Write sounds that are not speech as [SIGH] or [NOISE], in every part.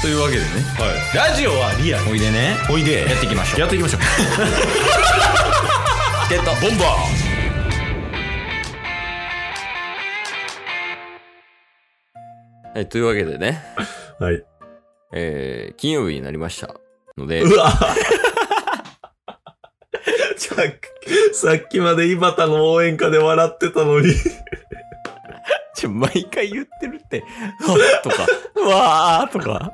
というわけでねはい、ラジオはリアルおいでねおいでやっていきましょうやっていきましょうゲットボンバはいというわけで [LAUGHS] ねーはいえー、金曜日になりましたのでうわ [LAUGHS] さっきさっきまで井端の応援歌で笑ってたのに [LAUGHS] ちょ毎回言ってるって [LAUGHS] あとかうわーとか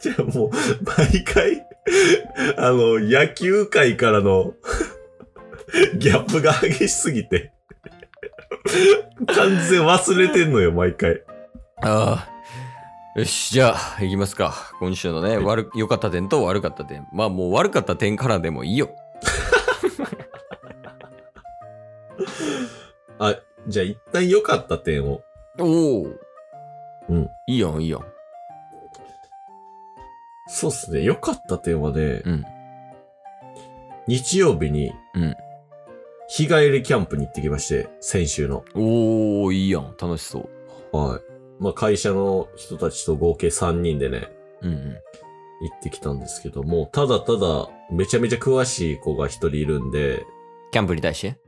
じゃあもう毎回あの野球界からのギャップが激しすぎて完全忘れてんのよ毎回ああ。よし、じゃあ、行きますか。今週のね、悪、良かった点と悪かった点。まあ、もう悪かった点からでもいいよ。あじゃあ一旦良かった点をおお。うん。いいよ、いいよ。そうっすね良かった点はね、うん日曜日にうん日帰りキャンプに行ってきまして先週のおお、いいやん。楽しそう。はい。まあ、会社の人たちと合計3人でね、うんうん。行ってきたんですけども、ただただ、めちゃめちゃ詳しい子が一人いるんで、キャンプに対して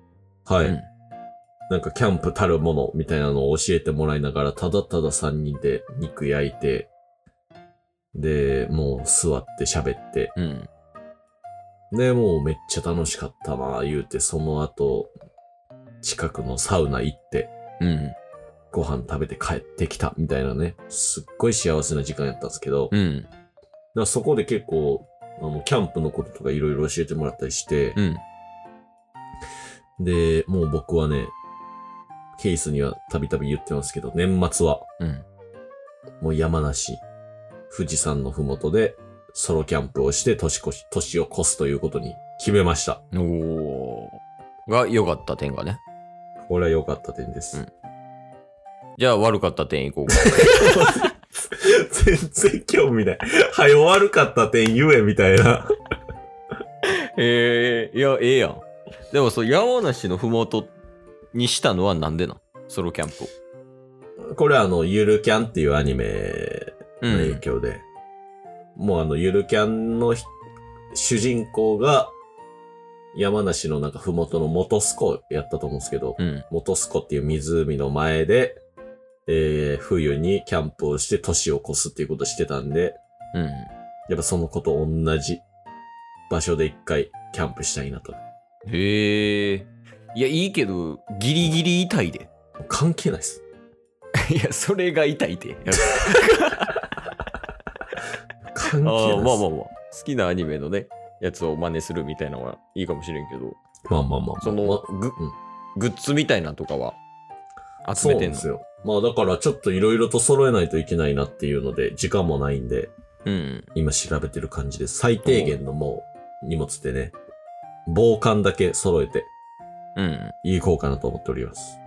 はい。うんなんか、キャンプたるものみたいなのを教えてもらいながら、ただただ3人で肉焼いて、で、もう座って喋って、うん。で、もうめっちゃ楽しかったな、言うて、その後、近くのサウナ行って、うん。ご飯食べて帰ってきた、みたいなね、すっごい幸せな時間やったんですけど、うん。だからそこで結構、あの、キャンプのこととかいろいろ教えてもらったりして、うん。で、もう僕はね、ケースにはたびたび言ってますけど、年末は、うん。もう山梨、富士山のふもとで、ソロキャンプをして年越し、年を越すということに決めました。おお。が良かった点がね。これは良かった点です。うんじゃあ、悪かった点いこうか。 [LAUGHS] 全然興味ない。はい、悪かった点言え、みたいな。 [LAUGHS] ええいや、ええやん。でも、そう、山梨のふもとにしたのはなんでなんソロキャンプを。これはあの、ゆるキャンっていうアニメうの影ん。響で、もうあの、ゆるキャンのひ主人公が、山梨のなんか、ふもとの元栖湖やったと思うんですけど、うん。元栖湖っていう湖の前で、えー、冬にキャンプをして年を越すっていうことをしてたんで、うん。やっぱその子と同じ場所で一回キャンプしたいなと。へえ。いや、いいけど、ギリギリ痛いで。 [LAUGHS] 関係ないです。いや、それが痛 [LAUGHS] いで。やっ関係ぱないあですー。まあまあまあ。好きなアニメのね、やつを真似するみたいなのはいいかもしれんけど、まあまあまあ。そのグ,、うんグッズみたいなのとかは集そうめなてんんでのすよ。まあだからちょっといろいろと揃えないといけないなっていうので、時間もないんで、うん。今調べてる感じです。最低限のもう荷物でね、防寒だけ揃えてうん。いこうかなと思っております。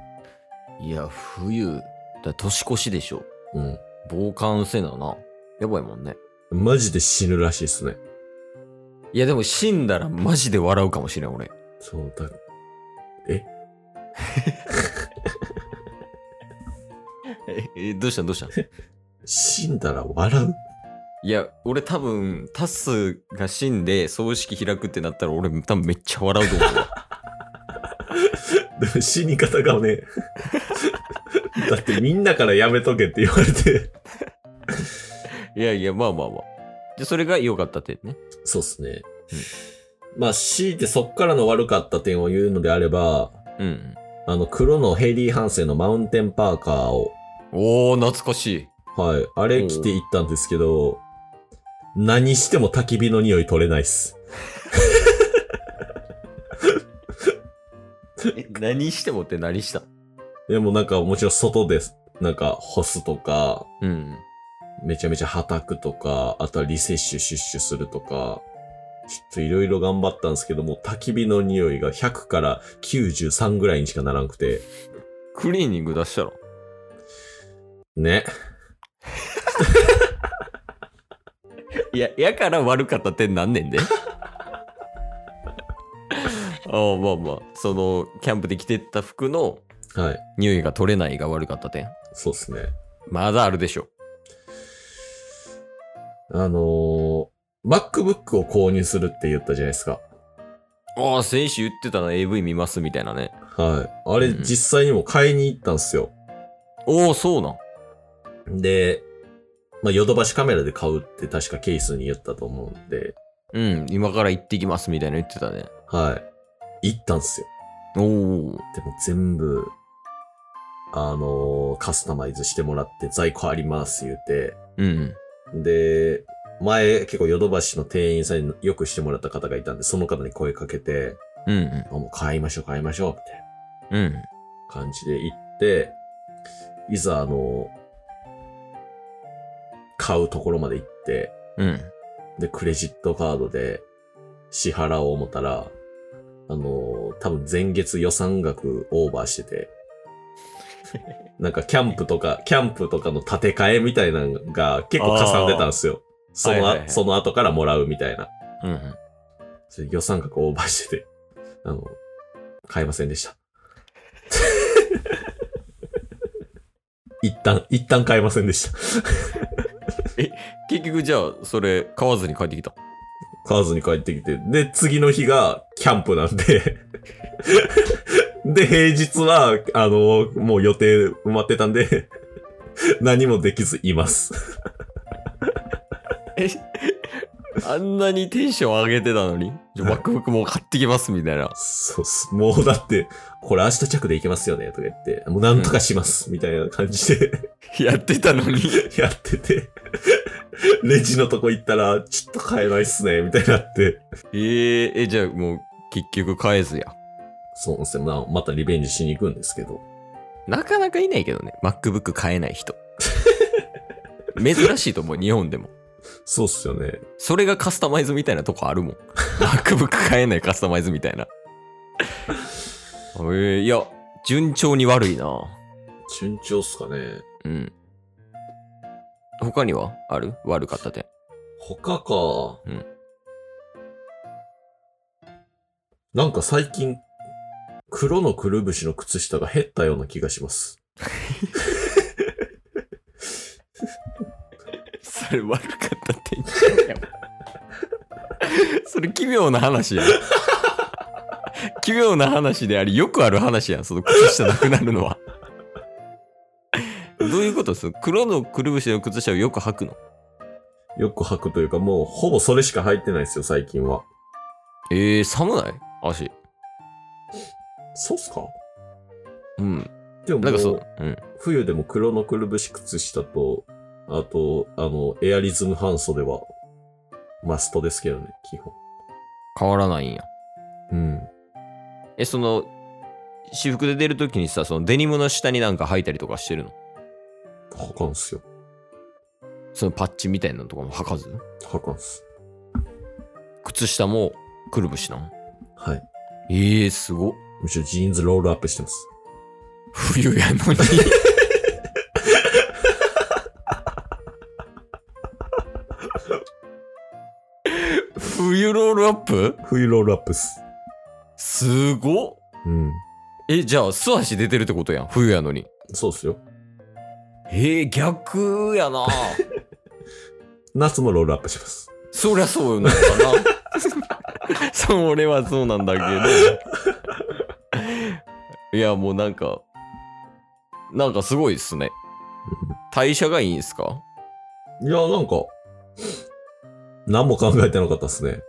いや、冬、だ年越しでしょ。うん。防寒せなな。やばいもんね。マジで死ぬらしいですね。いや、でも死んだらマジで笑うかもしれん、俺。そうだ。え [LAUGHS] え、どうしたんどうしたん死んだら笑う [LAUGHS] [LAUGHS] いや、俺多分、タスが死んで葬式開くってなったら、俺多分めっちゃ笑うと思うわ。でも死に方がね、 [LAUGHS] だってみんなからやめとけって言われて。 [LAUGHS] いやいや、まあまあまあ。で、それが良かった点ね。そうっすね。まあ、強いてそっからの悪かった点を言うのであれば、うん。あの、黒のヘイリー・ハンセンのマウンテンパーカーをおー、懐かしい。はい。あれ着て行ったんですけど、何しても焚き火の匂い取れないっす。何してもって何したでもなんかもちろん外です。なんか干すとか、うん。めちゃめちゃ叩くとか、あとはリセッシュシュッシュするとか、ちょっといろいろ頑張ったんですけども、焚き火の匂いが100から93ぐらいにしかならんくて、クリーニング出したら。ね。いや、やから悪かった点なんねんで。ああ、まあまあ。その、キャンプで着てった服のはい。匂いが取れないが悪かった点。そうっすね。まだあるでしょ。あのー MacBook を購入するって言ったじゃないですか。ああ、選手言ってたな、AV 見ますみたいなね。はい。あれ、うん実際にも買いに行ったんですよ。おお、そうなん。で、まあ、ヨドバシカメラで買うって確かケースに言ったと思うんで、うん、今から行ってきますみたいなの言ってたね。はい。行ったんですよ。おお。でも全部、あのーカスタマイズしてもらって在庫あります言うて、うん。で、前結構ヨドバシの店員さんによくしてもらった方がいたんで、その方に声かけて、うん。うんあもう買いましょう買いましょうみたいな。うん。感じで行って、いざあの、買うところまで行って、うん。で、クレジットカードで支払おう思ったら、あの、多分前月予算額オーバーして [LAUGHS] て、なんかキャンプとか、キャンプとかの建て替えみたいなのが結構かさんでたんですよ。そはの、いはいはいその後からもらうみたいな。うん。それ予算額オーバーしてて、あの、買えませんで [LAUGHS] した。一旦、一旦買えませんでした。結局じゃあ、それ、買わずに帰ってきた。買わずに帰ってきて。で、次の日がキャンプなんで。で、平日は、あの、もう予定埋まってたんで、何もできずいます。あんなにテンション上げてたのに、じゃあはい MacBook もう買ってきますみたいな。そうっす。もうだって、これ明日着で行けますよね、とか言って、もうなんとかします、みたいな感じで。やってたのに。やってて、レジのとこ行ったら、ちょっと買えないっすね、みたいになって。えー、え、じゃあもう、結局買えずや。そうですね。まあ、またリベンジしに行くんですけど。なかなかいないけどね、MacBook 買えない人。珍しいと思う、日本でも。そうっすよね。それがカスタマイズみたいなとこあるもん。MacBook 買えないカスタマイズみたいな。えー、いや、順調に悪いな。順調っすかね。うん。他にはある悪かった点。他か。うんなんか最近、黒のくるぶしの靴下が減ったような気がします。それ悪かった点。それ奇妙な話やん。奇妙な話であり、よくある話やん、その靴下なくなるのは。どういうことです黒のくるぶしの靴下をよく履くのよく履くというか、もうほぼそれしか履いてないですよ、最近は。えー、寒ない足。そうっすかうん。でももなうんかそう、うん。冬でも黒のくるぶし靴下と、あと、あの、エアリズム半袖は、マストですけどね、基本。変わらないんや。うん。え、その、私服で出るときにさ、そのデニムの下になんか履いたりとかしてるの履かんすよ。そのパッチみたいなのとかも履かず履かんす。靴下もくるぶしなんはい。えー、すごっ。むしろジーンズロールアップしてます。冬やのに。冬ロールアップ冬ロールアップっす。すごっうん。え、じゃあ素足出てるってことやん。冬やのに。そうっすよ。えー、逆やな夏もロールアップします。 [LAUGHS] そりゃそうなんだな。 [LAUGHS] それはそうなんだけど。いや、もうなんか、なんかすごいっすね。代謝がいいんすかいや、なんか、何も考えてなかったっすね。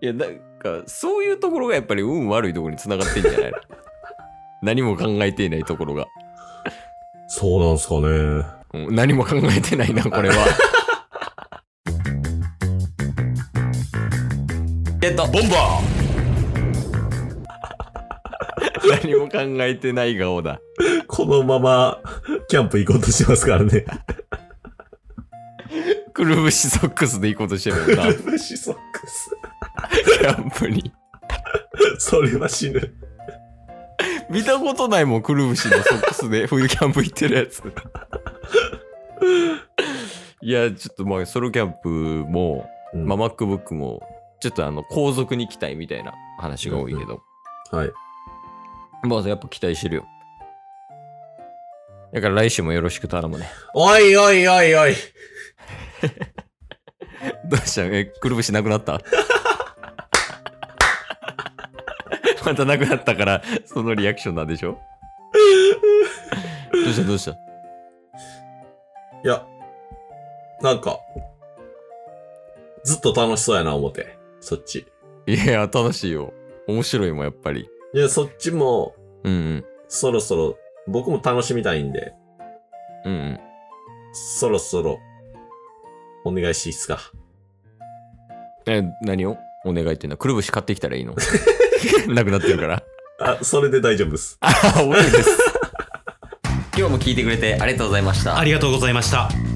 いや、なんか、そういうところがやっぱり運悪いところに繋がってんじゃないの何も考えていないところが。そうなんすかね。うん何も考えてないな、これは。えっと、ボンバー [LAUGHS] 何も考えてない顔だ。このまま、キャンプ行こうとしてますから [LAUGHS] ね。くるぶしソックスで行こうとしてるよ [LAUGHS] な、キぶしソックス。ャンプに。それは死ぬ。見たことないもん、くるぶしのソックスで冬キャンプ行ってるやつ。いや、ちょっとまあ、ソロキャンプも、うんまあ、MacBook も、ちょっとあの、後続に期待みたいな話が多いけど、はい。まあ、やっぱ期待してるよ。だから来週もよろしく頼むね。おいおいおいおい。 [LAUGHS] どうしたのえ、くるぶしなくなった [LAUGHS] またなくなったから、そのリアクションなんでしょどうしたどうしたいや、なんか、ずっと楽しそうやな、思って。そっち。いや、楽しいよ。面白いもん、やっぱり。いや、そっちも、うんうん。そろそろ、僕も楽しみたいんで、うんうん。そろそろ、お願いしていいっすか。え、何をお願いっていうのは、くるぶし買ってきたらいいの [LAUGHS] なくなってるから。あ、それで大丈夫です。 [LAUGHS] あ、俺です。 [LAUGHS] 今日も聞いてくれてありがとうございましたあ。りがとうございました。